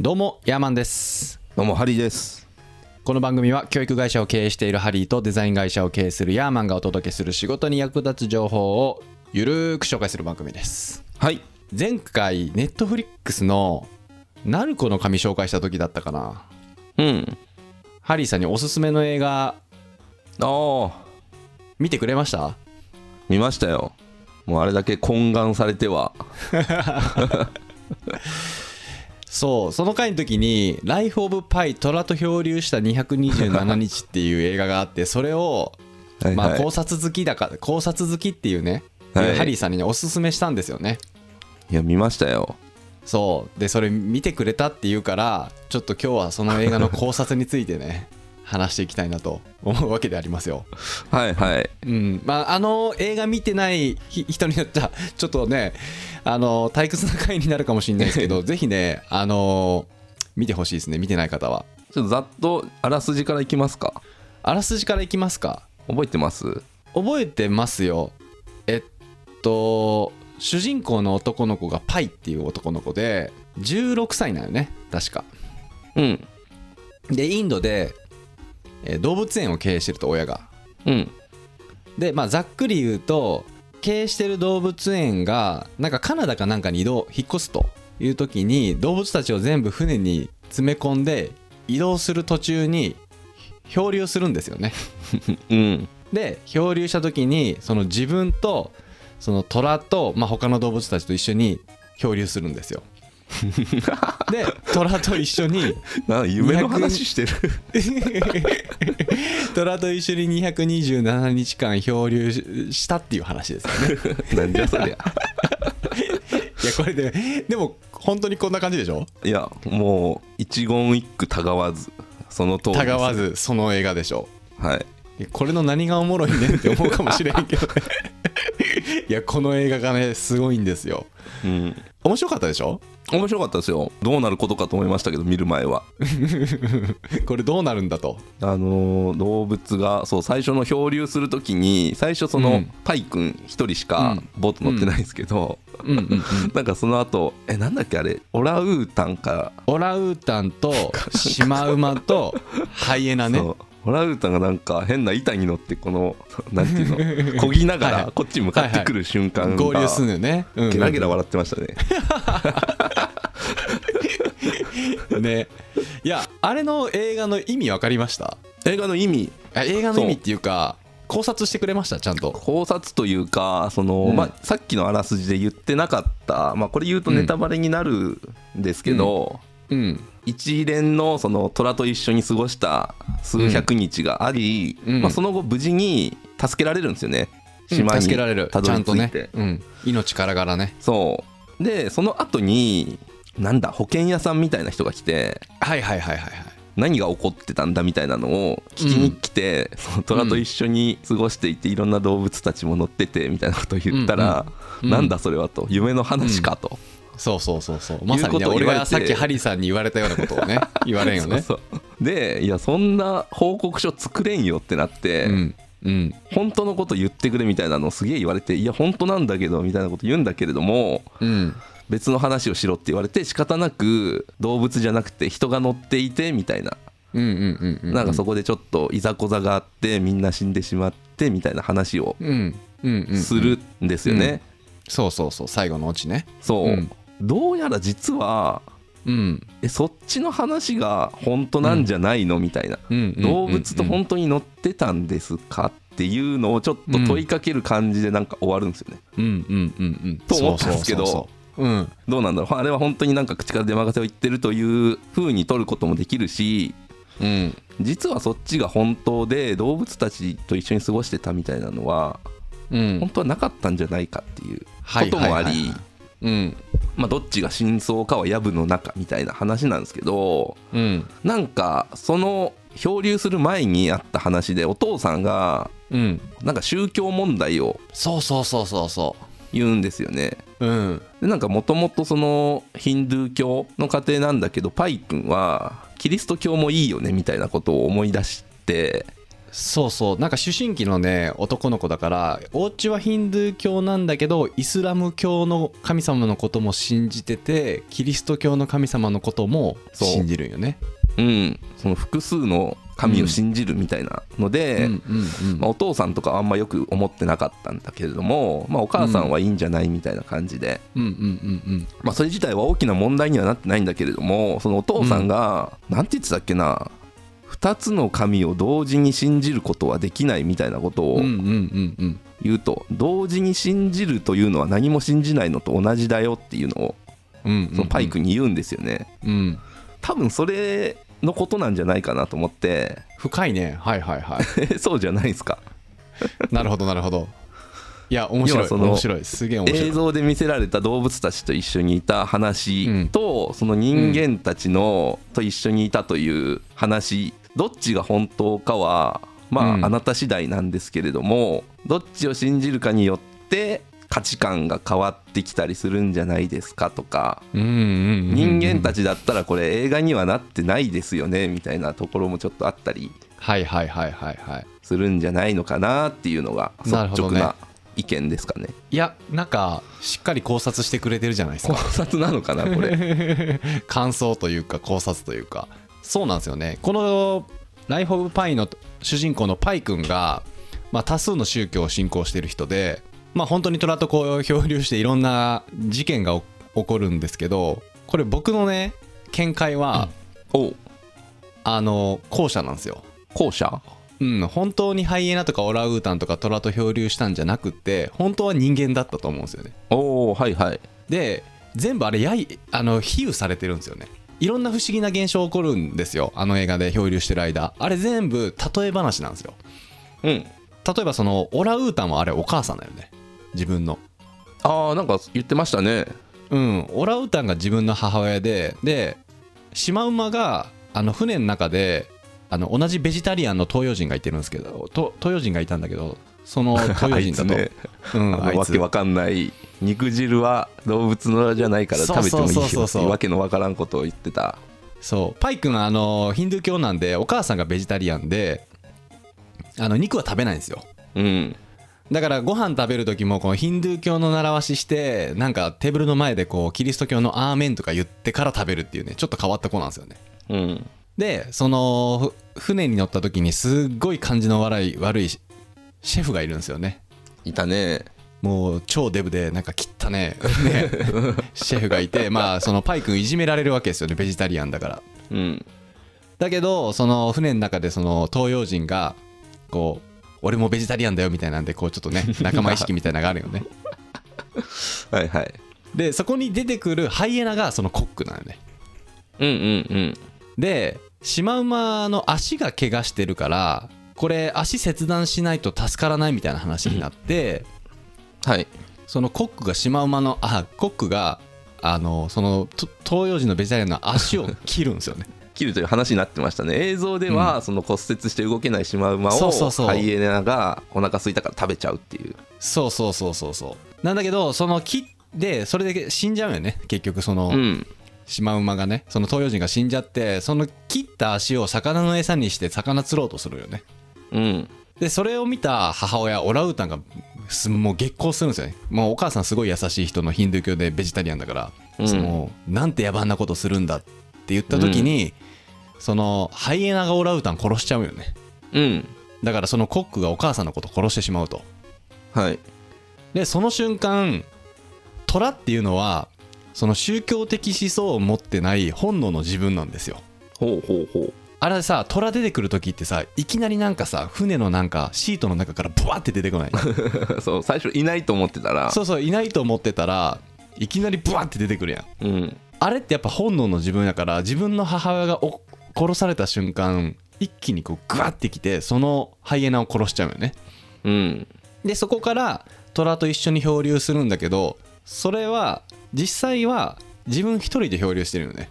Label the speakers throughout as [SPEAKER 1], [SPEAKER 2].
[SPEAKER 1] どうもヤーマンです
[SPEAKER 2] どうもハリーです。
[SPEAKER 1] この番組は教育会社を経営しているハリーとデザイン会社を経営するヤーマンがお届けする仕事に役立つ情報をゆるーく紹介する番組です
[SPEAKER 2] はい。
[SPEAKER 1] 前回ネットフリックスの「ナルコの神」紹介した時だったかな
[SPEAKER 2] うん。
[SPEAKER 1] ハリーさんにおすすめの映画
[SPEAKER 2] ああ、
[SPEAKER 1] 見てくれました
[SPEAKER 2] 見ましたよ。もうあれだけ懇願されては。
[SPEAKER 1] そうその回の時に「ライフ・オブ・パイ虎と漂流した227日」っていう映画があってそれを
[SPEAKER 2] はい
[SPEAKER 1] まあ
[SPEAKER 2] はい
[SPEAKER 1] 考察好きだから考察好きっていうね
[SPEAKER 2] はい
[SPEAKER 1] ハリーさんにおすすめしたんですよね
[SPEAKER 2] いや見ましたよ。
[SPEAKER 1] そうでそれ見てくれたっていうからちょっと今日はその映画の考察についてね話していきたいなと思うわけでありますよ。
[SPEAKER 2] はいはい。
[SPEAKER 1] うんまあ、あの映画見てないひ人によってはちょっとねあの退屈な回になるかもしれないですけどぜひねあの見てほしいですね見てない方は。
[SPEAKER 2] ちょっとざっとあらすじからいきますか。
[SPEAKER 1] あらすじからいきますか
[SPEAKER 2] 覚えてます？
[SPEAKER 1] 覚えてますよえっと主人公の男の子がパイっていう男の子で16歳なのね確か
[SPEAKER 2] うん
[SPEAKER 1] でインドで、えー動物園を経営してると親が
[SPEAKER 2] うん
[SPEAKER 1] でまあざっくり言うと経営してる動物園がなんかカナダかなんかに移動引っ越すという時に動物たちを全部船に詰め込んで移動する途中に漂流するんですよね
[SPEAKER 2] うん
[SPEAKER 1] で漂流した時にその自分とその虎と、まあ、他の動物たちと一緒に漂流するんですよで虎と一緒に
[SPEAKER 2] なんか夢の話してる。
[SPEAKER 1] 虎と一緒に227日間漂流ししたっていう話ですよね
[SPEAKER 2] なんじゃそりゃ。
[SPEAKER 1] いやこれででも本当にこんな感じでしょ
[SPEAKER 2] いやもう一言一句たがわずその通り。
[SPEAKER 1] たがわ。ずその映画でしょ
[SPEAKER 2] はい。
[SPEAKER 1] いやこれの何がおもろいねんって思うかもしれへんけ どねいやこの映画がねすごいんですよ
[SPEAKER 2] うん。
[SPEAKER 1] 面白かったでしょ
[SPEAKER 2] 面白かったですよ。どうなることかと思いましたけど見る前は。
[SPEAKER 1] これどうなるんだと
[SPEAKER 2] あのー動物がそう最初の漂流するときに最初その、
[SPEAKER 1] うん
[SPEAKER 2] パイ君一人しかボート乗ってないんですけど、
[SPEAKER 1] うんうんうん
[SPEAKER 2] なんかその後えなんだっけあれオランウータンか、
[SPEAKER 1] オランウータンとシマウマとハイエナね
[SPEAKER 2] そうオランウータンがなんか変な板に乗ってこのなん ていうのこぎなが
[SPEAKER 1] はいは
[SPEAKER 2] ら
[SPEAKER 1] い
[SPEAKER 2] こっちに向かってくる瞬間が、
[SPEAKER 1] 合流するのよね、うん
[SPEAKER 2] ゲラゲラ笑ってましたね
[SPEAKER 1] ねいやあれの映画の意味分かりました
[SPEAKER 2] 映画の意味
[SPEAKER 1] あ映画の意味っていうか考察してくれましたちゃんと
[SPEAKER 2] 考察というかその、
[SPEAKER 1] うん
[SPEAKER 2] まあ、さっきのあらすじで言ってなかった、まあ、これ言うとネタバレになるんですけど、
[SPEAKER 1] うん
[SPEAKER 2] 一連のその虎と一緒に過ごした数百日があり、
[SPEAKER 1] うん
[SPEAKER 2] まあ、その後無事に助けられるんですよね島に
[SPEAKER 1] 助けられる
[SPEAKER 2] た
[SPEAKER 1] ち
[SPEAKER 2] ど
[SPEAKER 1] ゃ
[SPEAKER 2] り
[SPEAKER 1] ん
[SPEAKER 2] 着
[SPEAKER 1] と
[SPEAKER 2] い
[SPEAKER 1] ね
[SPEAKER 2] て、
[SPEAKER 1] うん、命からがらね
[SPEAKER 2] そうでその後になんだ保険屋さんみたいな人が来て
[SPEAKER 1] はいはいはいはいはい
[SPEAKER 2] 何が起こってたんだみたいなのを聞きに来て、その虎と一緒に過ごしていていろんな動物たちも乗っててみたいなことを言ったら、
[SPEAKER 1] うんうん
[SPEAKER 2] なんだそれはと夢の話かと、
[SPEAKER 1] そうそうそうそうまさにね
[SPEAKER 2] 言うことを
[SPEAKER 1] 俺
[SPEAKER 2] 言われて
[SPEAKER 1] がさっきハリーさんに言われたようなことを ね言われんよね
[SPEAKER 2] そうそうでいやそんな報告書作れんよってなって、
[SPEAKER 1] うんうん
[SPEAKER 2] 本当のこと言ってくれみたいなのをすげえ言われていや本当なんだけどみたいなこと言うんだけれども
[SPEAKER 1] うん
[SPEAKER 2] 別の話をしろって言われて仕方なく動物じゃなくて人が乗っていてみたいな
[SPEAKER 1] うんうんうんうん
[SPEAKER 2] なんかそこでちょっといざこざがあってみんな死んでしまってみたいな話を
[SPEAKER 1] うんうんうん
[SPEAKER 2] するんですよね
[SPEAKER 1] そうそうそう最後のオチね
[SPEAKER 2] そううんどうやら実は
[SPEAKER 1] うん
[SPEAKER 2] えそっちの話が本当なんじゃないのみたいな
[SPEAKER 1] うんうんうんうん
[SPEAKER 2] 動物と本当に乗ってたんですかっていうのをちょっと問いかける感じでなんか終わるんですよね
[SPEAKER 1] うんうんうんうん
[SPEAKER 2] と思ったんですけど
[SPEAKER 1] そうそうそうそううん
[SPEAKER 2] どうなんだろうあれは本当になんか口から出まかせを言ってるという風に取ることもできるし
[SPEAKER 1] うん
[SPEAKER 2] 実はそっちが本当で動物たちと一緒に過ごしてたみたいなのは
[SPEAKER 1] うん
[SPEAKER 2] 本当はなかったんじゃないかっていうこ
[SPEAKER 1] はい
[SPEAKER 2] ともあ
[SPEAKER 1] はいはい
[SPEAKER 2] り
[SPEAKER 1] はうん
[SPEAKER 2] まあどっちが真相かは藪の中みたいな話なんですけど
[SPEAKER 1] うん
[SPEAKER 2] なんかその漂流する前にあった話でお父さんが
[SPEAKER 1] うん
[SPEAKER 2] なんか宗教問題を
[SPEAKER 1] そうそうそうそうそ
[SPEAKER 2] 言うんですよね。
[SPEAKER 1] ううん
[SPEAKER 2] でなんかもともとそのヒンドゥー教の家庭なんだけどパイ君はキリスト教もいいよねみたいなことを思い出して
[SPEAKER 1] そうそうなんか主神期のね男の子だからお家はヒンドゥー教なんだけどイスラム教の神様のことも信じててキリスト教の神様のことも
[SPEAKER 2] そう
[SPEAKER 1] 信じるんよね。
[SPEAKER 2] うん、その複数の神を信じるみたいなので、
[SPEAKER 1] うんうんうん
[SPEAKER 2] まあ、お父さんとかはあんまよく思ってなかったんだけれども、まあ、お母さんはいいんじゃないみたいな感じで、
[SPEAKER 1] うんうんうんうん
[SPEAKER 2] まあ、それ自体は大きな問題にはなってないんだけれどもそのお父さんが何、なん、て言ってたっけな2つの神を同時に信じることはできないみたいなことを
[SPEAKER 1] うんうんうんうん
[SPEAKER 2] 言うと、同時に信じるというのは何も信じないのと同じだよっていうのを
[SPEAKER 1] うんうん
[SPEAKER 2] そのパイ君に言うんですよね。
[SPEAKER 1] うん
[SPEAKER 2] 多分それのことなんじゃないかなと思って
[SPEAKER 1] 深いねはいはいはい
[SPEAKER 2] えそうじゃないですか
[SPEAKER 1] なるほどなるほどいや面白
[SPEAKER 2] 要
[SPEAKER 1] い
[SPEAKER 2] はその
[SPEAKER 1] 面白いすげえ面白
[SPEAKER 2] 映
[SPEAKER 1] い
[SPEAKER 2] 像で見せられた動物たちと一緒にいた話と、その人間たちのと一緒にいたという話どっちが本当かはまあ、
[SPEAKER 1] うん
[SPEAKER 2] あなた次第なんですけれどもどっちを信じるかによって価値観が変わってきたりするんじゃないですかとか人
[SPEAKER 1] 人
[SPEAKER 2] 間た
[SPEAKER 1] ち
[SPEAKER 2] ちだったらこれ映画にはなってないですよねみたいなところもちょっとあったり
[SPEAKER 1] はいはいはいはいはい
[SPEAKER 2] するんじゃないのかなっていうのが率
[SPEAKER 1] なるほど
[SPEAKER 2] 直
[SPEAKER 1] ね
[SPEAKER 2] な意見ですかね。
[SPEAKER 1] いやなんかしっかり考察してくれてるじゃないです
[SPEAKER 2] 考
[SPEAKER 1] か
[SPEAKER 2] 察なのかなこれ
[SPEAKER 1] 感想というか考察というかそうなんですよねこの「ライフ・オブ・パイ」の主人公のパイ君が、まあ、多数の宗教を信仰している人で、まあ、本当に虎と子を漂流していろんな事件が起起こるんですけどこれ僕のね見解は、
[SPEAKER 2] お
[SPEAKER 1] あの後者なんですよ。
[SPEAKER 2] 後者
[SPEAKER 1] うん、本当にハイエナとかオランウータンとか虎と漂流したんじゃなくって本当は人間だったと思うんですよね。
[SPEAKER 2] おおはいはい
[SPEAKER 1] で全部あれやいあの比喩されてるんですよねいろんな不思議な現象起こるんですよあの映画で漂流してる間あれ全部例え話なんですよ
[SPEAKER 2] うん
[SPEAKER 1] 例えばそのオランウータンはあれお母さんだよね自分の
[SPEAKER 2] ああなんか言ってましたね
[SPEAKER 1] うんオランウータンが自分の母親ででシマウマがあの船の中であの同じベジタリアンの東洋人がいてるんですけどと東洋人がいたんだけどその東
[SPEAKER 2] あ
[SPEAKER 1] 洋
[SPEAKER 2] い
[SPEAKER 1] 人だ
[SPEAKER 2] つ
[SPEAKER 1] と
[SPEAKER 2] ね
[SPEAKER 1] うん、あ
[SPEAKER 2] あの
[SPEAKER 1] い
[SPEAKER 2] わ
[SPEAKER 1] つ
[SPEAKER 2] けわかんない肉汁は動物のじゃないから食べてもいい
[SPEAKER 1] そうそうそ
[SPEAKER 2] よ
[SPEAKER 1] う
[SPEAKER 2] って
[SPEAKER 1] そう
[SPEAKER 2] いうわけのわからんことを言ってた
[SPEAKER 1] そうパイ君はあのヒンドゥー教なんでお母さんがベジタリアンであの肉は食べないんですよ
[SPEAKER 2] うん
[SPEAKER 1] だからご飯食べる時もこのヒンドゥー教の習わししてなんかテーブルの前でこうキリスト教の「アーメン」とか言ってから食べるっていうねちょっと変わった子なんですよね
[SPEAKER 2] うん
[SPEAKER 1] でそのふ船に乗った時にすっごい感じの悪い悪いシェフがいるんですよね
[SPEAKER 2] いたね
[SPEAKER 1] もう超デブでなんか切ったねねシェフがいてまあそのパイ君いじめられるわけですよねベジタリアンだから
[SPEAKER 2] うん
[SPEAKER 1] だけどその船の中でその東洋人がこう俺もベジタリアンだよみたいなんでこうちょっと ね仲間意識みたいなのがあるよね
[SPEAKER 2] はいはい
[SPEAKER 1] でそこに出てくるハイエナがそのコックなのね
[SPEAKER 2] うんうんうん
[SPEAKER 1] でシマウマの足が怪我してるからこれ足切断しないと助からないみたいな話になって
[SPEAKER 2] はい
[SPEAKER 1] そのコックがシマウマのあコックがあのそのと東洋人のベジタリアンの足を切るんです よね
[SPEAKER 2] 切るという話になってましたね映像では、その骨折して動けないシマウマを
[SPEAKER 1] そうそうそう
[SPEAKER 2] ハイエナがお腹空いたから食べちゃうっていう
[SPEAKER 1] そうそうそうそうそうなんだけどその切ってそれで死んじゃうよね結局その、
[SPEAKER 2] うん
[SPEAKER 1] シマウマがねその東洋人が死んじゃってその切った足を魚の餌にして魚釣ろうとするよね
[SPEAKER 2] うん
[SPEAKER 1] でそれを見た母親オランウータンがすもう激高するんですよねもうお母さんすごい優しい人のヒンドゥー教でベジタリアンだから、
[SPEAKER 2] うん
[SPEAKER 1] そのなんて野蛮なことするんだって言った時に、そのハイエナがオランウータン殺しちゃうよね
[SPEAKER 2] うん
[SPEAKER 1] だからそのコックがお母さんのこと殺してしまうと
[SPEAKER 2] はい
[SPEAKER 1] でその瞬間虎っていうのはその宗教的思想を持ってない本能の自分なんですよ
[SPEAKER 2] ほうほうほ
[SPEAKER 1] あれさ虎出てくる時ってさいきなりなんかさ船のなんかシートの中からブワーって出てこない
[SPEAKER 2] う そう最初いないと思ってたら
[SPEAKER 1] そうそういないと思ってたらいきなりブワーって出てくるやん
[SPEAKER 2] うん
[SPEAKER 1] あれってやっぱ本能の自分やから自分の母親がお殺された瞬間一気にこうグワってきてそのハイエナを殺しちゃうよね
[SPEAKER 2] うん
[SPEAKER 1] でそこから虎と一緒に漂流するんだけどそれは実際は自分一人で漂流してるよね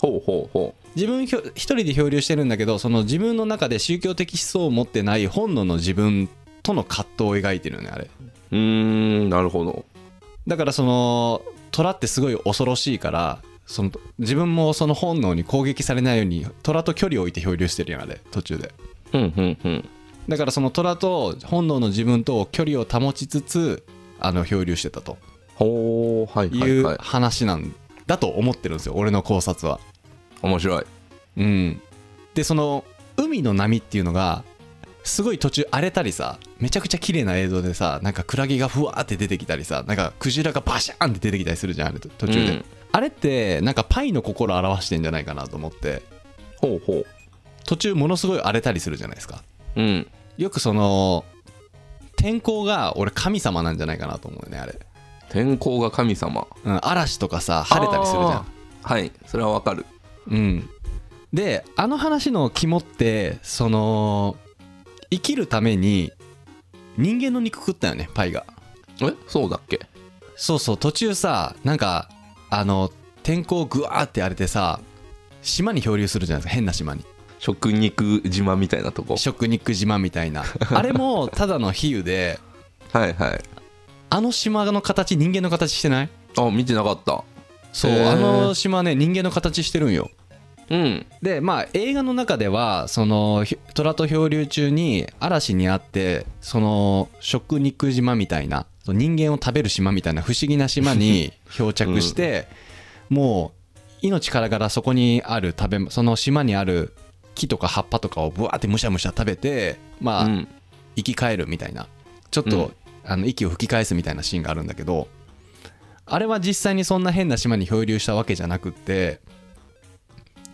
[SPEAKER 2] ほうほうほ
[SPEAKER 1] 自分ひょ一人で漂流してるんだけどその自分の中で宗教的思想を持ってない本能の自分との葛藤を描いてるよねあれ
[SPEAKER 2] ううーんなるほど
[SPEAKER 1] だからその虎ってすごい恐ろしいからその自分もその本能に攻撃されないように虎と距離を置いて漂流してるやんあれ途中で
[SPEAKER 2] うんうんうん
[SPEAKER 1] だからその虎と本能の自分と距離を保ちつつあの漂流してたと
[SPEAKER 2] ほうはい
[SPEAKER 1] い
[SPEAKER 2] はいは
[SPEAKER 1] う
[SPEAKER 2] い
[SPEAKER 1] 話なんだと思ってるんですよ俺の考察は。
[SPEAKER 2] 面白い
[SPEAKER 1] うん、でその海の波っていうのがすごい途中荒れたりさめちゃくちゃ綺麗な映像でさなんかクラゲがふわーって出てきたりさなんかクジラがバシャーンって出てきたりするじゃんあれと途中で、
[SPEAKER 2] うん
[SPEAKER 1] あれってなんかパイの心を表してんじゃないかなと思って
[SPEAKER 2] ほうほう
[SPEAKER 1] 途中ものすごい荒れたりするじゃないですか
[SPEAKER 2] うん
[SPEAKER 1] よくその天候が俺神様なんじゃないかなと思うよねあれ、
[SPEAKER 2] 天候が神様
[SPEAKER 1] うん、嵐とかさ晴れたりするじゃん
[SPEAKER 2] はいそれはわかる
[SPEAKER 1] うん、であの話の肝ってその生きるために人間の肉食ったよねパイが
[SPEAKER 2] えそうだっけ
[SPEAKER 1] そうそう途中さなんかあの天候グワーって荒れてさ島に漂流するじゃないですか変な島に
[SPEAKER 2] 食肉島みたいなとこ
[SPEAKER 1] 食肉島みた いなあれもただの比喩で
[SPEAKER 2] はいはい
[SPEAKER 1] あの島の形人間の形してない
[SPEAKER 2] あ見てなかった
[SPEAKER 1] そう
[SPEAKER 2] へー
[SPEAKER 1] あの島ね人間の形してるんよ
[SPEAKER 2] うん
[SPEAKER 1] でまあ映画の中ではそのひ虎と漂流中に嵐にあってその食肉島みたいなその人間を食べる島みたいな不思議な島に漂着して、もう命からがらそこにある食べその島にある木とか葉っぱとかをぶわーってむしゃむしゃ食べてまあ、
[SPEAKER 2] うん
[SPEAKER 1] 生き返るみたいなちょっと、あの息を吹き返すみたいなシーンがあるんだけどあれは実際にそんな変な島に漂流したわけじゃなくって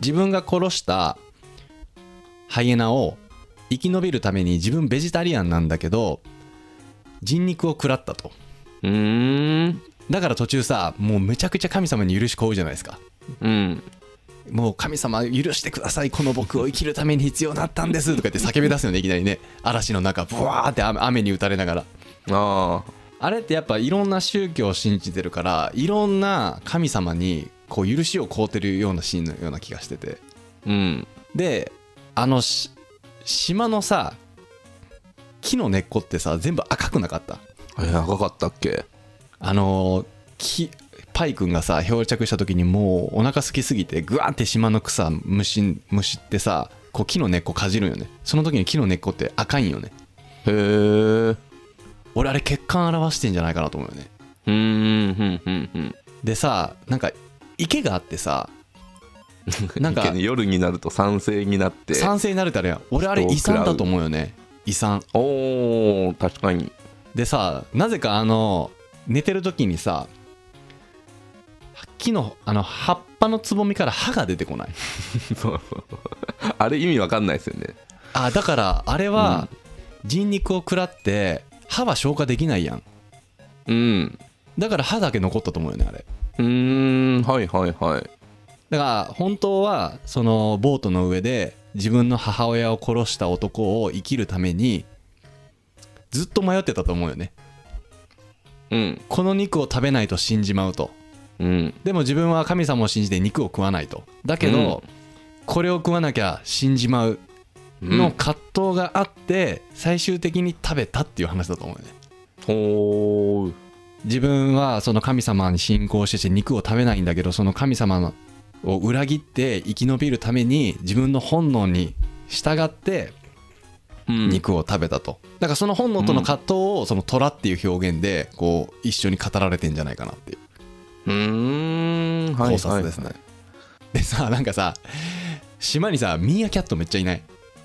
[SPEAKER 1] 自分が殺したハイエナを生き延びるために自分ベジタリアンなんだけど人肉を食らったと
[SPEAKER 2] うーん
[SPEAKER 1] だから途中さもうめちゃくちゃ神様に許しこうじゃないですか
[SPEAKER 2] うん
[SPEAKER 1] もう神様許してくださいこの僕を生きるために必要だったんですとか言って叫び出すよねいきなりね嵐の中ブワーって雨雨に打たれながら
[SPEAKER 2] あ
[SPEAKER 1] あれってやっぱいろんな宗教を信じてるからいろんな神様にこう許しを請うてるようなシーンのような気がしてて
[SPEAKER 2] ーうん
[SPEAKER 1] であのし島のさ木の根っこってさ全部赤くなかった
[SPEAKER 2] え赤かったっけ
[SPEAKER 1] あのー木パイ君がさ漂着した時にもうお腹空きすぎてグワーって島の草虫虫ってさこう木の根っこかじるんよねその時に木の根っこって赤いんよね
[SPEAKER 2] へえ
[SPEAKER 1] 俺あれ血管表してんじゃないかなと思うよね
[SPEAKER 2] うんうんうんうん
[SPEAKER 1] でさなんか池があってさなんか
[SPEAKER 2] いけね 夜になると酸性になって
[SPEAKER 1] 賛成になれたらやん俺あれ遺産だと思うよね遺産
[SPEAKER 2] おー確かに
[SPEAKER 1] でさなぜかあの寝てる時にさ木のあの葉っぱのつぼみから歯が出てこない
[SPEAKER 2] そうそうあれ意味わかんないですよね
[SPEAKER 1] あだからあれは人肉を食らって歯は消化できないやん
[SPEAKER 2] うん
[SPEAKER 1] だから歯だけ残ったと思うよねあれ
[SPEAKER 2] うーんはいはいはい
[SPEAKER 1] だから本当はそのボートの上で自分の母親を殺した男を生きるためにずっと迷ってたと思うよね
[SPEAKER 2] うん
[SPEAKER 1] この肉を食べないと死んじまうと
[SPEAKER 2] うん
[SPEAKER 1] でも自分は神様を信じて肉を食わないとだけど、これを食わなきゃ死んじまう
[SPEAKER 2] うん
[SPEAKER 1] の葛藤があって、最終的に食べたっていう話だと思うよね
[SPEAKER 2] ほう
[SPEAKER 1] 自分はその神様に信仰してて肉を食べないんだけどその神様を裏切って生き延びるために自分の本能に従って
[SPEAKER 2] うん
[SPEAKER 1] 肉を食べたと、だからその本能との葛藤をその虎っていう表現でこう一緒に語られてんじゃないかなっていう
[SPEAKER 2] うーんはい
[SPEAKER 1] 考
[SPEAKER 2] は
[SPEAKER 1] 察
[SPEAKER 2] い
[SPEAKER 1] ですね、でさなんかさ島にさミーアキャットめっちゃいない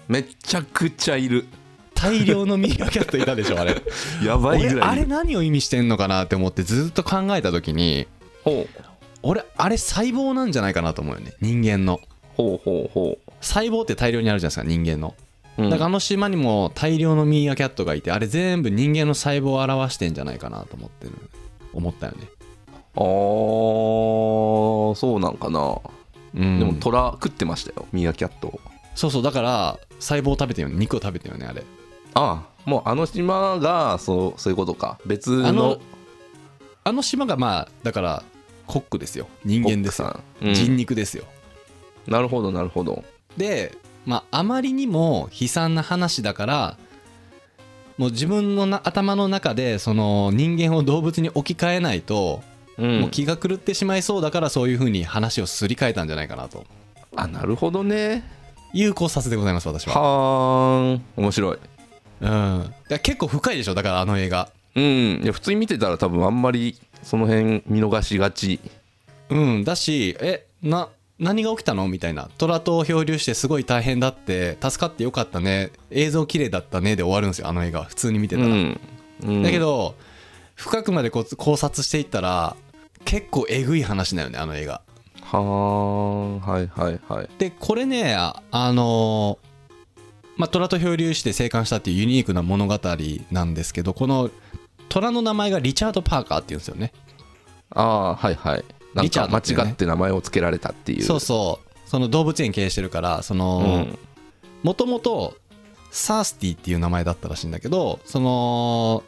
[SPEAKER 2] めちゃくちゃいる
[SPEAKER 1] 大量のミーアキャットいたでしょあ れ
[SPEAKER 2] やばいぐ
[SPEAKER 1] 俺
[SPEAKER 2] ら
[SPEAKER 1] あ
[SPEAKER 2] いい
[SPEAKER 1] れ
[SPEAKER 2] る
[SPEAKER 1] 何を意味してんのかなって思ってずっと考えた時に
[SPEAKER 2] ほう
[SPEAKER 1] 俺あれ細胞なんじゃないかなと思うよね人間の
[SPEAKER 2] ほうほうほ
[SPEAKER 1] 細胞って大量にあるじゃないですか人間の
[SPEAKER 2] ううん
[SPEAKER 1] だからあの島にも大量のミーアキャットがいてあれ全部人間の細胞を表してんじゃないかなと思ってる思ったよね
[SPEAKER 2] あーそうなんかな、
[SPEAKER 1] うん
[SPEAKER 2] でも虎食ってましたよミーアキャットを
[SPEAKER 1] そうそうだから細胞を食べてるよね肉を食べてるよねあれ
[SPEAKER 2] ああもうあの島がそうそういうことか別の
[SPEAKER 1] あのあの島がまあだからコックですよ人間ですよ、
[SPEAKER 2] うん
[SPEAKER 1] 人肉ですよ
[SPEAKER 2] なるほどなるほど
[SPEAKER 1] でまああまりにも悲惨な話だからもう自分のな頭の中でその人間を動物に置き換えないと
[SPEAKER 2] うん
[SPEAKER 1] もう気が狂ってしまいそうだからそういうふうに話をすり替えたんじゃないかなと
[SPEAKER 2] あなるほどね
[SPEAKER 1] いう考察でございます私は
[SPEAKER 2] はーん面白い
[SPEAKER 1] うん、だから結構深いでしょだからあの映画
[SPEAKER 2] うんいや普通に見てたら多分あんまりその辺見逃しがち
[SPEAKER 1] うんだしえな何が起きたのみたいな虎と漂流してすごい大変だって助かってよかったね映像綺麗だったねで終わるんですよあの映画普通に見てたら、
[SPEAKER 2] うんうん
[SPEAKER 1] だけど深くまでこう考察していったら結構えぐい話だよねあの映画
[SPEAKER 2] はあはいはいはい
[SPEAKER 1] でこれねああのーまあ、虎と漂流して生還したっていうユニークな物語なんですけどこの虎の名前がリチャード・パーカーっていうんですよね
[SPEAKER 2] ああはいはいなん
[SPEAKER 1] リチャード
[SPEAKER 2] か
[SPEAKER 1] っていうね
[SPEAKER 2] 間違って名前を付けられたっていう
[SPEAKER 1] そうそうその動物園経営してるからその
[SPEAKER 2] ん
[SPEAKER 1] もともとサースティっていう名前だったらしいんだけどその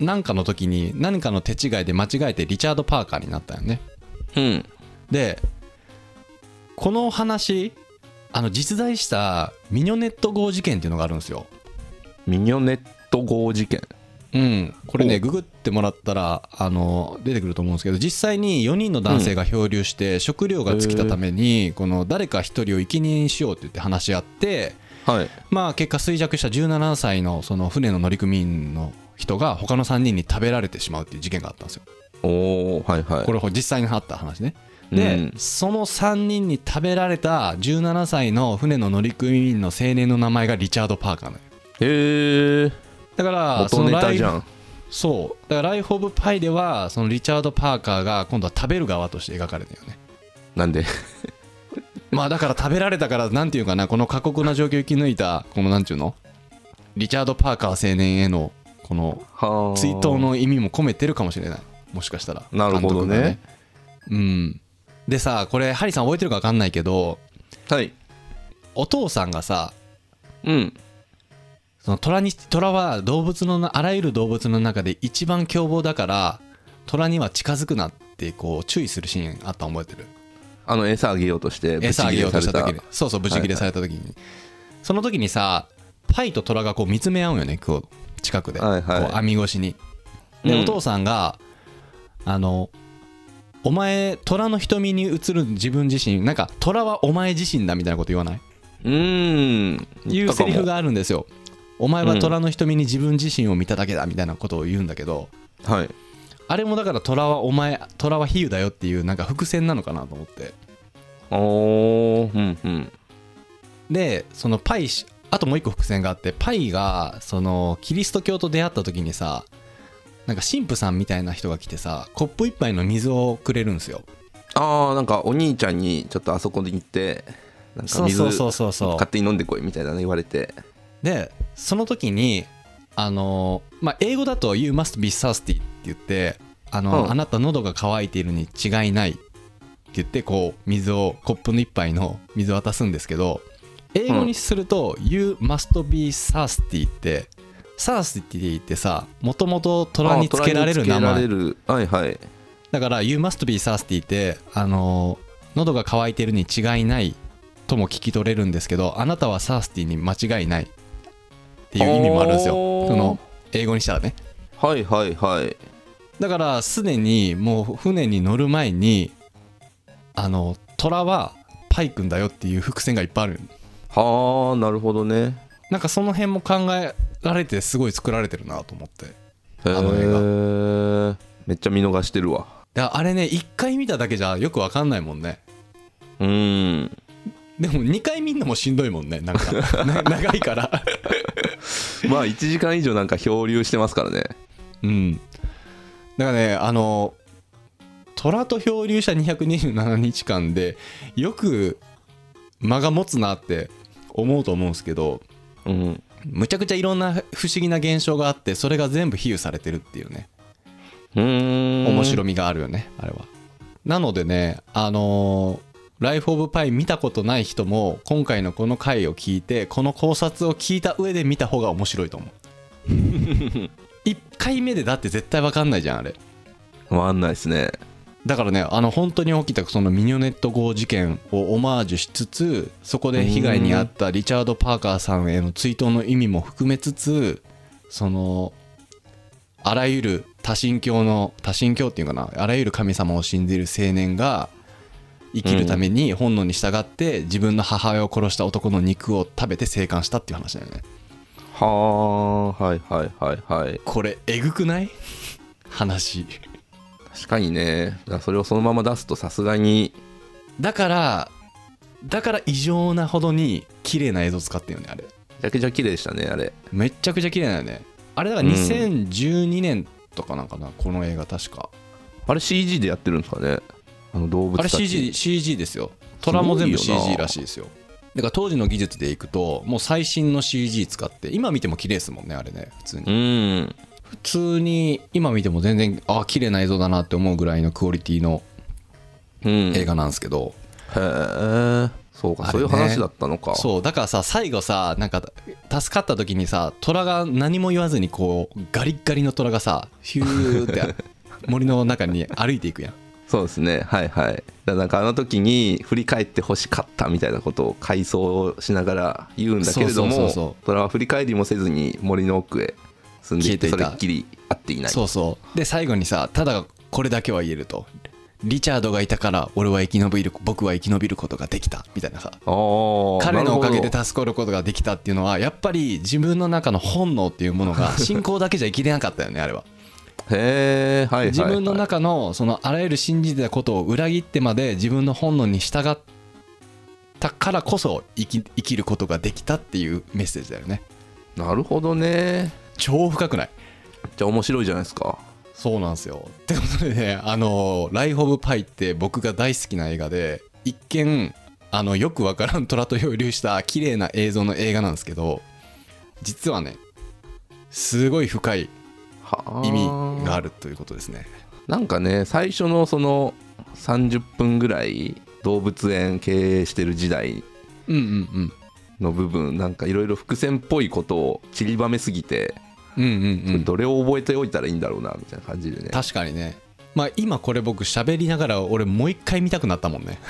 [SPEAKER 1] 何かの時に何かの手違いで間違えてリチャード・パーカーになったよね
[SPEAKER 2] うん
[SPEAKER 1] でこの話あの実在したミニョネット号事件っていうのがあるんですよ
[SPEAKER 2] ミニョネット号事件
[SPEAKER 1] うん、これね
[SPEAKER 2] お
[SPEAKER 1] ググってもらったらあの出てくると思うんですけど実際に4人の男性が漂流して、食料が尽きたためにこの誰か1人を生贄にしようって言って話し合って、
[SPEAKER 2] はい
[SPEAKER 1] まあ、結果衰弱した17歳のその船の乗組員の人が他の3人に食べられてしまうっていう事件があったんですよ。
[SPEAKER 2] おおはいはい
[SPEAKER 1] これ実際にあった話ね。で、
[SPEAKER 2] うん
[SPEAKER 1] その3人に食べられた17歳の船の乗組員の青年の名前がリチャード・パーカーなのよ
[SPEAKER 2] へえ
[SPEAKER 1] だからそ
[SPEAKER 2] 元
[SPEAKER 1] の
[SPEAKER 2] ネ
[SPEAKER 1] ラ
[SPEAKER 2] タ
[SPEAKER 1] イ
[SPEAKER 2] じ
[SPEAKER 1] フ
[SPEAKER 2] ゃん
[SPEAKER 1] そうだから「ライフ・オブ・パイ」ではそのリチャード・パーカーが今度は食べる側として描かれたよね
[SPEAKER 2] なんで
[SPEAKER 1] まあだから食べられたからなんていうかなこの過酷な状況を生き抜いたこのなんていうのリチャード・パーカー青年へのこの
[SPEAKER 2] はあ
[SPEAKER 1] 追悼の意味も込めてるかもしれないもしかしたら
[SPEAKER 2] なるほどね
[SPEAKER 1] 監督がうんでさこれハリーさん覚えてるか分かんないけど
[SPEAKER 2] はい
[SPEAKER 1] お父さんがさ
[SPEAKER 2] うん
[SPEAKER 1] その虎に虎は動物のなあらゆる動物の中で一番凶暴だから虎には近づくなってこう注意するシーンあったの覚えてる
[SPEAKER 2] あの餌あげようとしてぶち
[SPEAKER 1] 餌あ
[SPEAKER 2] 切
[SPEAKER 1] げよ
[SPEAKER 2] れ
[SPEAKER 1] うと
[SPEAKER 2] さ
[SPEAKER 1] し
[SPEAKER 2] れ
[SPEAKER 1] た
[SPEAKER 2] た
[SPEAKER 1] 時にそうそうブチ切れ
[SPEAKER 2] は
[SPEAKER 1] された時に、その時にさパイと虎がこう見つめ合うんよねこう近くで、
[SPEAKER 2] はいはい
[SPEAKER 1] こう網越しにで、
[SPEAKER 2] うん
[SPEAKER 1] お父さんがあのお前虎の瞳に映る自分自身なんか虎はお前自身だみたいなこと言わないう
[SPEAKER 2] ーん
[SPEAKER 1] いうセリフ
[SPEAKER 2] が
[SPEAKER 1] があるんですよお前は虎の瞳に自分自身を見ただけだみたいなことを言うんだけど、
[SPEAKER 2] はい
[SPEAKER 1] あれもだから虎はお前虎は比喩だよっていうなんか伏線なのかなと思って
[SPEAKER 2] おーうんうん
[SPEAKER 1] でそのパイしあともう一個伏線があってパイがそのキリスト教と出会った時にさなんか神父さんみたいな人が来てさコップ一杯の水をくれるんですよ
[SPEAKER 2] ああなんかお兄ちゃんにちょっとあそこに行ってなんか
[SPEAKER 1] そう
[SPEAKER 2] 水
[SPEAKER 1] そうそうそうそう
[SPEAKER 2] 勝手に飲んでこいみたいなの言われて
[SPEAKER 1] でその時にあのまあ英語だと「You must be thirsty」って言ってあの、
[SPEAKER 2] うん
[SPEAKER 1] あなた喉が渇いているに違いない」って言ってこう水をコップの一杯の水を渡すんですけど英語にすると「You must be thirsty」って「thirsty」って言ってさもともと虎につけられる名
[SPEAKER 2] あー虎
[SPEAKER 1] 前
[SPEAKER 2] につけられるはいはい
[SPEAKER 1] だから「You must be thirsty」ってあの喉が渇いているに違いないとも聞き取れるんですけどあなたは「thirsty」に間違いないっていう意味もあるんですよ
[SPEAKER 2] おー
[SPEAKER 1] その英語にしたらね
[SPEAKER 2] はいはいはい
[SPEAKER 1] だからすでにもう船に乗る前にあの虎はパイ君だよっていう伏線がいっぱいある
[SPEAKER 2] はあなるほどね
[SPEAKER 1] なんかその辺も考えられてすごい作られてるなと思って
[SPEAKER 2] へ
[SPEAKER 1] あの映画
[SPEAKER 2] えめっちゃ見逃してるわ
[SPEAKER 1] だからあれね1回見ただけじゃよくわかんないもんね
[SPEAKER 2] うーん
[SPEAKER 1] でも2回見んのもしんどいもんねなんか な長いから
[SPEAKER 2] まあ1時間以上なんか漂流してますからね
[SPEAKER 1] うん。だからね、あの、虎と漂流した227日間で、よく間が持つなって思うと思うんですけど、
[SPEAKER 2] うん
[SPEAKER 1] むちゃくちゃいろんな不思議な現象があって、それが全部比喩されてるっていうね、
[SPEAKER 2] うーん
[SPEAKER 1] 面白みがあるよね、あれは。なのでね、あのライフ・オブ・パイ見たことない人も今回のこの回を聞いてこの考察を聞いた上で見た方が面白い と思う1回目でだって絶対分かんないじゃんあれ
[SPEAKER 2] わかんないですね
[SPEAKER 1] だからねあの本当に起きたそのミニョネット号事件をオマージュしつつそこで被害に遭ったリチャード・パーカーさんへの追悼の意味も含めつつそのあらゆる多神教の多神教っていうかなあらゆる神様を信じる青年が生きるために本能に従って自分の母親を殺した男の肉を食べて生還したっていう話だよね。
[SPEAKER 2] はあはいはいはいはい
[SPEAKER 1] これえぐくない 話
[SPEAKER 2] 確かにねだからそれをそのまま出すとさすがに
[SPEAKER 1] だからだから異常なほどに綺麗な映像使ってるよねあれ
[SPEAKER 2] めちゃくちゃ綺麗でしたねあれ
[SPEAKER 1] めっちゃくちゃ綺麗だよねあれだから
[SPEAKER 2] うん
[SPEAKER 1] 2012年とかなんかな、この映画確か
[SPEAKER 2] あれ CG でやってるんですかねあの動物
[SPEAKER 1] あ
[SPEAKER 2] た
[SPEAKER 1] れ
[SPEAKER 2] ち
[SPEAKER 1] CG, CG ですよ虎も全部
[SPEAKER 2] すごいよな
[SPEAKER 1] CG らしいですよだから当時の技術でいくともう最新の CG 使って今見ても綺麗ですもんねあれね普通に
[SPEAKER 2] うん
[SPEAKER 1] 普通に今見ても全然あ綺麗な映像だなって思うぐらいのクオリティの
[SPEAKER 2] うん
[SPEAKER 1] 映画なんですけど、
[SPEAKER 2] へえそうか、
[SPEAKER 1] あれね
[SPEAKER 2] そういう話だったのか
[SPEAKER 1] そうだからさ最後さなんか助かった時にさ虎が何も言わずにこうガリッガリの虎がさヒューって 森の中に歩いていくやん
[SPEAKER 2] そうですねはいはいだからなんかあの時に振り返ってほしかったみたいなことを回想しながら言うんだけれど
[SPEAKER 1] そうそう
[SPEAKER 2] も
[SPEAKER 1] そうそ
[SPEAKER 2] 虎は振り返りもせずに森の奥へ住んでい
[SPEAKER 1] 消
[SPEAKER 2] てそ
[SPEAKER 1] えてい
[SPEAKER 2] れ
[SPEAKER 1] た
[SPEAKER 2] っきり会っていない
[SPEAKER 1] そうそうで最後にさただこれだけは言えるとリチャードがいたから俺は生き延びる僕は生き延びることができたみたいなさ
[SPEAKER 2] ああ
[SPEAKER 1] 彼のおかげで
[SPEAKER 2] なる
[SPEAKER 1] 助かることができたっていうのはやっぱり自分の中の本能っていうもの が信仰だけじゃ生きれなかったよねあれは
[SPEAKER 2] ほどへえはいはい、はい、
[SPEAKER 1] 自分の中のそのあらゆる信じてたことを裏切ってまで自分の本能に従ったからこそ生き生きることができたっていうメッセージだよね
[SPEAKER 2] なるほどね
[SPEAKER 1] 超深くない
[SPEAKER 2] じゃあ面白いじゃないですか
[SPEAKER 1] そうなんですよ。ってことでね、あの、ライフ・オブ・パイって僕が大好きな映画で、一見、あの、よくわからん虎と漂流した綺麗な映像の映画なんですけど、実はね、すごい深い
[SPEAKER 2] はあ
[SPEAKER 1] 意味があるということですね。
[SPEAKER 2] なんかね最初のその30分ぐらい動物園経営してる時代
[SPEAKER 1] うんうん
[SPEAKER 2] の部分なんかいろいろ伏線っぽいことを散りばめすぎて、
[SPEAKER 1] うん。うんうんうん。
[SPEAKER 2] どれを覚えておいたらいいんだろうなみたいな感じでね
[SPEAKER 1] 確かにね。まあ今これ僕喋りながら俺もう一回見たくなったもんね。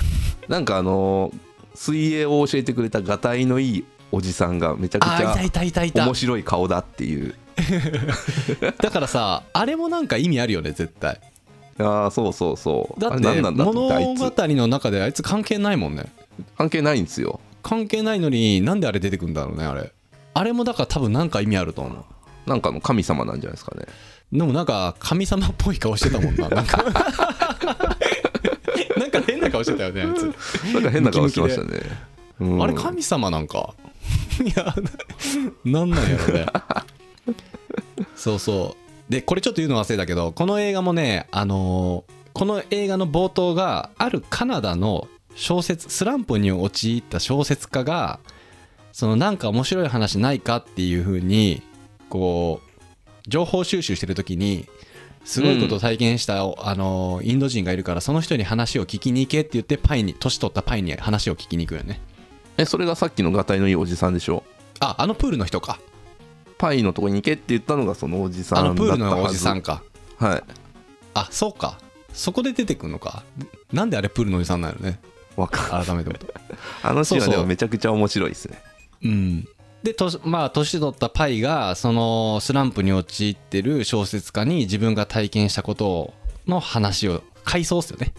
[SPEAKER 2] なんかあのー水泳を教えてくれたがたいのいいおじさんがめちゃくち
[SPEAKER 1] あーいた
[SPEAKER 2] ゃ
[SPEAKER 1] いたいたいた
[SPEAKER 2] 面。白い顔だっていう
[SPEAKER 1] だからさ、あれもなんか意味あるよね、絶対。
[SPEAKER 2] ああそうそうそう
[SPEAKER 1] だ
[SPEAKER 2] あ
[SPEAKER 1] っ
[SPEAKER 2] れ
[SPEAKER 1] て
[SPEAKER 2] 何なんだと
[SPEAKER 1] 物
[SPEAKER 2] 思
[SPEAKER 1] 語
[SPEAKER 2] ってあいつ
[SPEAKER 1] の中であいつ関係ないもんね。
[SPEAKER 2] 関係ないんですよ
[SPEAKER 1] 関係ないのになんであれ出てくるんだろうねあれあれもだから多分なんか意味あると思う
[SPEAKER 2] なんかの神様なんじゃないで すかね
[SPEAKER 1] でもなんか神様っぽい顔してたもんななん かなんか変な顔してたよねあいつ、
[SPEAKER 2] なんか変な顔してましたねうん
[SPEAKER 1] あれ神様なんか いやなんなんやろ ねそうそうでこれちょっと言うの忘れたけどこの映画もねあのーこの映画の冒頭があるカナダの小説スランプに陥った小説家がそのなんか面白い話ないかっていう風にこう情報収集してる時にすごいことを体験した、あのインド人がいるからその人に話を聞きに行けって言ってパイに年取ったパイに話を聞きに行くよね
[SPEAKER 2] えそれがさっきのがたいのいいおじさんでしょ
[SPEAKER 1] ああのプールの人か
[SPEAKER 2] パイのとこに行けって言ったのがそのおじさん
[SPEAKER 1] あ
[SPEAKER 2] だ
[SPEAKER 1] の
[SPEAKER 2] った
[SPEAKER 1] プー
[SPEAKER 2] は
[SPEAKER 1] ル
[SPEAKER 2] ず
[SPEAKER 1] のおじさんか
[SPEAKER 2] はい
[SPEAKER 1] あそうかそこで出てくんのかなんであれプールのおじさんなのね
[SPEAKER 2] わかん
[SPEAKER 1] 改めて思うと
[SPEAKER 2] あのシーンはで
[SPEAKER 1] そうそ
[SPEAKER 2] も
[SPEAKER 1] う
[SPEAKER 2] めちゃくちゃ面白いですね
[SPEAKER 1] うんで年まあ年取ったパイがそのスランプに陥ってる小説家に自分が体験したことをの話を回想っすよね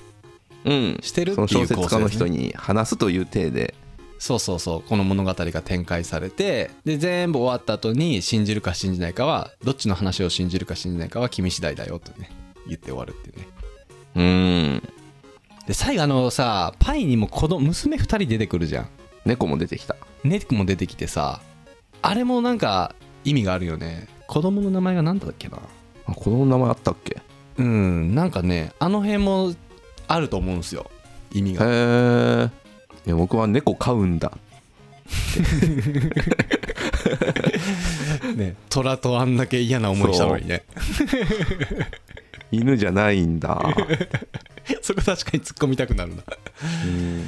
[SPEAKER 2] うん
[SPEAKER 1] してるってい
[SPEAKER 2] その
[SPEAKER 1] う
[SPEAKER 2] 小説家の
[SPEAKER 1] 構成です
[SPEAKER 2] 人
[SPEAKER 1] ね
[SPEAKER 2] に話すという体で
[SPEAKER 1] そうそうそうこの物語が展開されてで全部終わった後に信じるか信じないかはどっちの話を信じるか信じないかは君次第だよとね言って終わるっていうね
[SPEAKER 2] うん
[SPEAKER 1] で最後あのさパイにも子供娘2人出てくるじゃん
[SPEAKER 2] 猫も出てきた
[SPEAKER 1] ネックも出てきてさあれもなんか意味があるよね子供の名前が何だっけな
[SPEAKER 2] あ子供の名前あったっけへ
[SPEAKER 1] うんなんかねあの辺もあると思うんすよ意味が
[SPEAKER 2] えいや僕は猫飼うんだ
[SPEAKER 1] ね虎とあんだけ嫌な思いしたのにね
[SPEAKER 2] 犬じゃない んだ
[SPEAKER 1] そこ確かに突っ込みたくなるな
[SPEAKER 2] うん
[SPEAKER 1] っ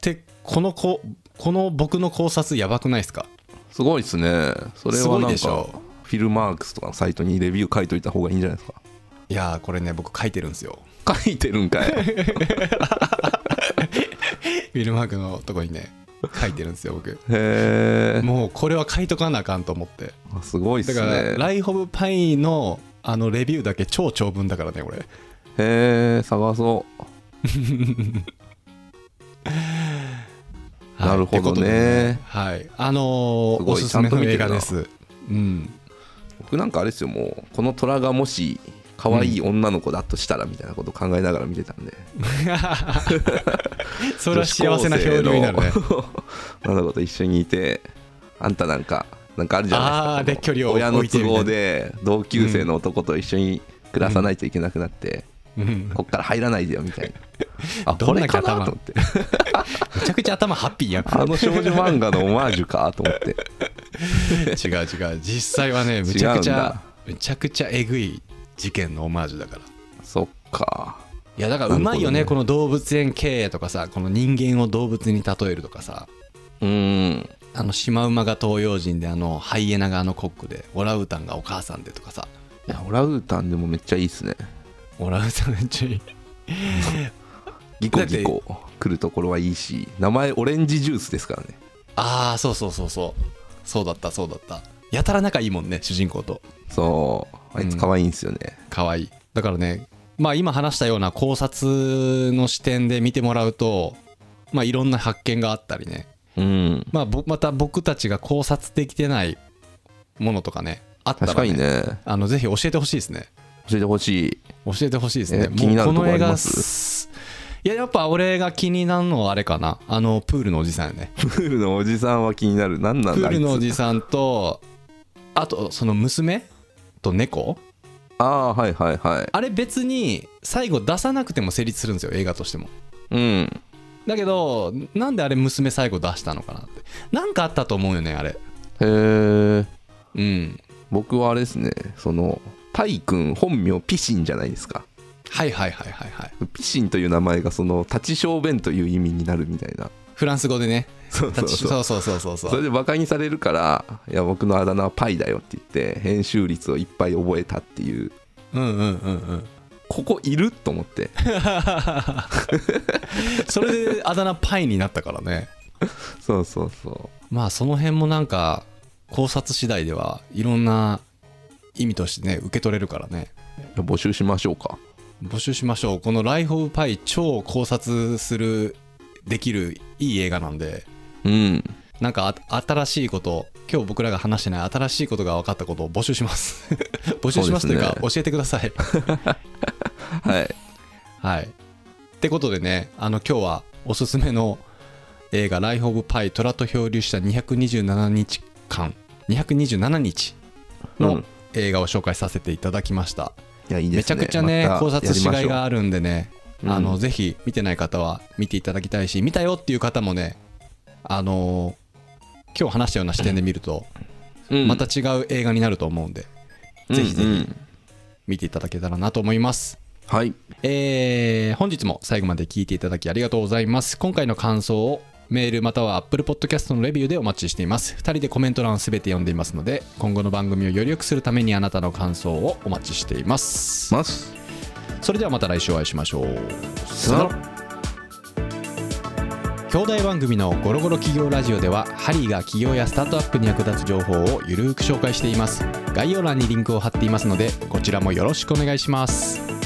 [SPEAKER 1] てこのここの僕の考察やばくないですか
[SPEAKER 2] すごいですねそれ
[SPEAKER 1] すご
[SPEAKER 2] は
[SPEAKER 1] い
[SPEAKER 2] なん
[SPEAKER 1] でし
[SPEAKER 2] か
[SPEAKER 1] ょ
[SPEAKER 2] フィルマークスとかのサイトにレビュー書いといた方がいいんじゃないです
[SPEAKER 1] いやーこれね僕書いてるんですよ
[SPEAKER 2] か書いてるんかい
[SPEAKER 1] フィルマークのとこにね書いてるんですよ僕
[SPEAKER 2] へ え
[SPEAKER 1] もうこれは書いとかなあかんと思って
[SPEAKER 2] すごいっす
[SPEAKER 1] だから、
[SPEAKER 2] ね
[SPEAKER 1] ライフ・オブ・パインのあのレビューだけ超長文だからねこれ
[SPEAKER 2] へえ探そう
[SPEAKER 1] はい
[SPEAKER 2] なる
[SPEAKER 1] って
[SPEAKER 2] ほどね
[SPEAKER 1] ことではいあのー
[SPEAKER 2] すご
[SPEAKER 1] お
[SPEAKER 2] い
[SPEAKER 1] すすめの映画です うん
[SPEAKER 2] 僕なんかあれですよもうこの虎がもし可愛い女の子だとしたらみたいなことを考えながら見てたんで、
[SPEAKER 1] それは幸せな漂流になるね
[SPEAKER 2] 女子高生の女の子と一緒にいてあんたなんかなんかあるじゃないです
[SPEAKER 1] あーで距
[SPEAKER 2] か
[SPEAKER 1] 離を
[SPEAKER 2] この親の
[SPEAKER 1] 置いてみ
[SPEAKER 2] 都
[SPEAKER 1] たいな
[SPEAKER 2] 合で同級生の男と一緒に暮らさないといけなくなって、
[SPEAKER 1] うん
[SPEAKER 2] こっから入らないでよみたいなあ
[SPEAKER 1] ど
[SPEAKER 2] こ
[SPEAKER 1] ん
[SPEAKER 2] れ
[SPEAKER 1] だけ
[SPEAKER 2] か
[SPEAKER 1] 頭
[SPEAKER 2] なと思って
[SPEAKER 1] めちゃくちゃ頭ハッピーやん
[SPEAKER 2] あの少女漫画のオマージュかと思って
[SPEAKER 1] 違う違う実際はねむちゃくち
[SPEAKER 2] 違うん
[SPEAKER 1] ゃ
[SPEAKER 2] だ
[SPEAKER 1] むちゃくちゃえぐい事件のオマージュだから
[SPEAKER 2] そっか
[SPEAKER 1] いやだからうまいよね
[SPEAKER 2] なる
[SPEAKER 1] この動物園経営とかさこの人間を動物に例えるとかさ
[SPEAKER 2] うーん
[SPEAKER 1] あのシマウマが東洋人であのハイエナがあのコックでオランウータンがお母さんでとかさ
[SPEAKER 2] いやオランウータンでもめっちゃいいっすね
[SPEAKER 1] オランウータンめっちゃいい
[SPEAKER 2] ギコギコ来るところはいいし名前オレンジジュースですからね
[SPEAKER 1] ああそうそうそうそうそうだったそうだったやたら仲いいもんね主人公と
[SPEAKER 2] そうあいつ可愛いんすよね、
[SPEAKER 1] 可愛いだからねまあ今話したような考察の視点で見てもらうとまあいろんな発見があったりね
[SPEAKER 2] うん
[SPEAKER 1] まあぼまた僕たちが考察できてないものとかねあった
[SPEAKER 2] 確
[SPEAKER 1] ら
[SPEAKER 2] か
[SPEAKER 1] ね
[SPEAKER 2] にね
[SPEAKER 1] あのぜひ教えてほしいですね
[SPEAKER 2] 教えてほしい
[SPEAKER 1] 教えてほしいですね
[SPEAKER 2] え気になる
[SPEAKER 1] もうこの映
[SPEAKER 2] とこあり
[SPEAKER 1] 画
[SPEAKER 2] ます
[SPEAKER 1] すいややっぱ俺が気になるのはあれかなあのプールのおじさんよね
[SPEAKER 2] プールのおじさんは気になる何な
[SPEAKER 1] プ
[SPEAKER 2] んだ
[SPEAKER 1] ールの
[SPEAKER 2] あ
[SPEAKER 1] お
[SPEAKER 2] いつ
[SPEAKER 1] じさんとあとその娘と猫
[SPEAKER 2] ああはいはいはい
[SPEAKER 1] あれ別に最後出さなくても成立するんですよ映画としても
[SPEAKER 2] うん
[SPEAKER 1] だけどなんであれ娘最後出したのかなってなんかあったと思うよねあれ
[SPEAKER 2] へえ
[SPEAKER 1] うん
[SPEAKER 2] 僕はあれですねそのタイ君本名ピシンじゃないですか
[SPEAKER 1] はいはいはいはいはい
[SPEAKER 2] ピシンという名前がその立ち小便という意味になるみたいな
[SPEAKER 1] フランス語でね
[SPEAKER 2] そう
[SPEAKER 1] タ
[SPEAKER 2] そ
[SPEAKER 1] ッ
[SPEAKER 2] う
[SPEAKER 1] チ
[SPEAKER 2] そう
[SPEAKER 1] そうそうそうそうそ
[SPEAKER 2] それ
[SPEAKER 1] う
[SPEAKER 2] でバカにされるからいや僕のあだ名はパイだよって言って編集率をいっぱい覚えたっていう
[SPEAKER 1] うんうんうんうん
[SPEAKER 2] ここいると思って
[SPEAKER 1] それであだ名パイになったからね
[SPEAKER 2] そうそうそ
[SPEAKER 1] まあその辺もなんか考察次第ではいろんな意味としてね受け取れるからね
[SPEAKER 2] ういや募集しましょうか
[SPEAKER 1] 募集しましょうこの「ライフ・オブ・パイ」超考察するできるいい映画なんで
[SPEAKER 2] うん
[SPEAKER 1] なんかあ新しいこと今日僕らが話してない新しいことが分かったことを募集します 募集しますというか
[SPEAKER 2] そうです
[SPEAKER 1] 教えてください
[SPEAKER 2] はい
[SPEAKER 1] はいってことでねあの今日はおすすめの映画「ライフ・オブ・パイ虎と漂流した227日間227日」
[SPEAKER 2] う
[SPEAKER 1] の
[SPEAKER 2] ん
[SPEAKER 1] 映画を紹介させていただきました、
[SPEAKER 2] いやいい
[SPEAKER 1] め
[SPEAKER 2] です
[SPEAKER 1] ち
[SPEAKER 2] ね
[SPEAKER 1] ゃくちゃね、
[SPEAKER 2] また
[SPEAKER 1] 考察しがい
[SPEAKER 2] や
[SPEAKER 1] があるんでね、
[SPEAKER 2] うん
[SPEAKER 1] あのぜひ見てない方は見ていただきたいし見たよっていう方もねあのー今日話したような視点で見ると、
[SPEAKER 2] りましょううん
[SPEAKER 1] また違う映画になると思うんでぜひぜひ
[SPEAKER 2] うんうん
[SPEAKER 1] 見ていただけたらなと思います
[SPEAKER 2] はい
[SPEAKER 1] えー本日も最後まで聞いていただきありがとうございます今回の感想をメールまたは Apple Podcast のレビューでお待ちしています2人でコメント欄を全て読んでいますので今後の番組をより良くするためにあなたの感想をお待ちしています
[SPEAKER 2] ます
[SPEAKER 1] それではまた来週お会いしましょう
[SPEAKER 2] さよなら
[SPEAKER 1] 兄弟番組の「ゴロゴロ企業ラジオ」ではハリーが企業やスタートアップに役立つ情報をゆるーく紹介しています概要欄にリンクを貼っていますのでこちらもよろしくお願いします